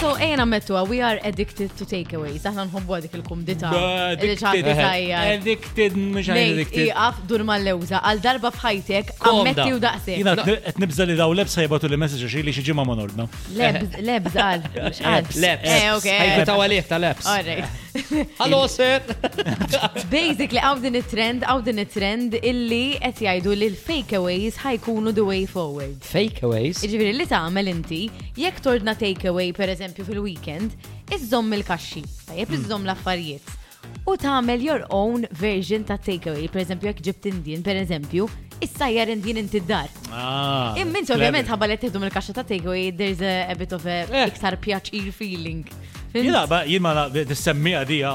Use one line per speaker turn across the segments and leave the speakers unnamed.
know, ejja nammettu, uh, we are addicted to takeaways. Aħna nħobbu għadik il-kumdita. Li ċaħdi tajjar.
Addicted, mux għajn
Nejt,
addicted.
iqaf dur mal-lewza, għal darba fħajtek,
Komda.
ammetti u daqsi.
Jina, et nibza li daw lebsa jibatu li messaġ xie li xieġima ma nordna.
Lebz, lebz għal. mux għal.
Ebs,
Leps.
Eh, ok.
Ħajbita għalih ta' leps.
All right.
Allo, sir.
Basically, għaw din it-trend, għaw din it-trend illi qed jgħidu li l-fakeaways ħajkunu the way forward.
Fakeaways.
Iġviri li tagħmel inti, jekk tordna takeaway per eżempju fil-weekend, iżżomm il-kaxxi, tajjeb iżżomm l-affarijiet. U tagħmel your own version ta' takeaway, per eżempju jekk ġibt Indien, per eżempju, issajjar Indien inti d-dar.
Ah.
Immin ovvjament ħabba li tiħdu mill-kaxxa ta' takeaway, there's a, a bit of a iktar pjaċir feeling. Fint?
Jina, ba, jina la t-semmija dija,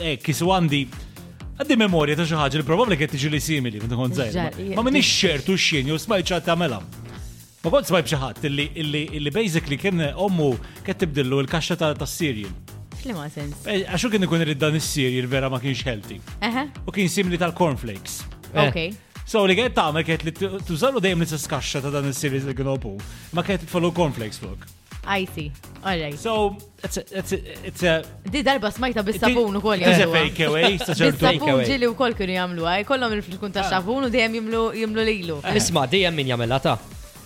eh, kisu għandi, għaddi memoria ta' xaħġa li probabli kħed tiġi li simili, minn tkun zaħir.
Ġar,
Ma minni xertu xien, jew smajt ċat tamela. Ma kont smajt xaħat, illi, illi, illi basically kien ommu kħed tibdillu il-kaxxa ta' ta' sirjil.
Flima sens.
Għaxu kien ikun irrid dan is-sirjil vera ma kienx healthy.
Aha,
U kien simili tal-cornflakes.
Eh.
ok.
So li għed tagħmel kħed li tu- tużallu dejjem li s-kaxxa ta' dan is-sirjil li kien ommu, ma kħed tfollow cornflakes flok.
I see. All right.
So, it's a, it's a, it's a,
Di darba smajta bis-sabun u kol
It is a
jgħiduha.
fake away, eh? it's a certain
Bis-sabun
takeaway.
ġili u kol kienu jamlu għaj, kollom il-fil-kun ta' xabun u dejjem jimlu jimlu lilu.
Isma, di min jamela ta.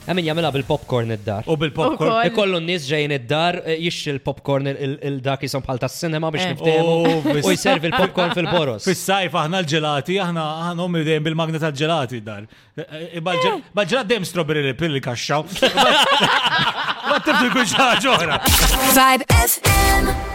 Hemm min jamela bil-popcorn id-dar. E
U bil-popcorn.
Ukoll.
Ikollu n-nis ġejn id-dar, eh, jixxi l-popcorn il- il- il-dak jisom bħal tas cinema biex
Eh.
Oh,
niftehmu.
bis-
U jservi l-popcorn fil-boros.
Fis-sajf aħna l-ġelati, aħna aħna ommi dejjem bil-magna tal-ġelati Eh, dar. Bal-ġelat dejjem strawberry li pilli kaxxaw. Ma tiftu kull ħaġa oħra.
Vibe FM.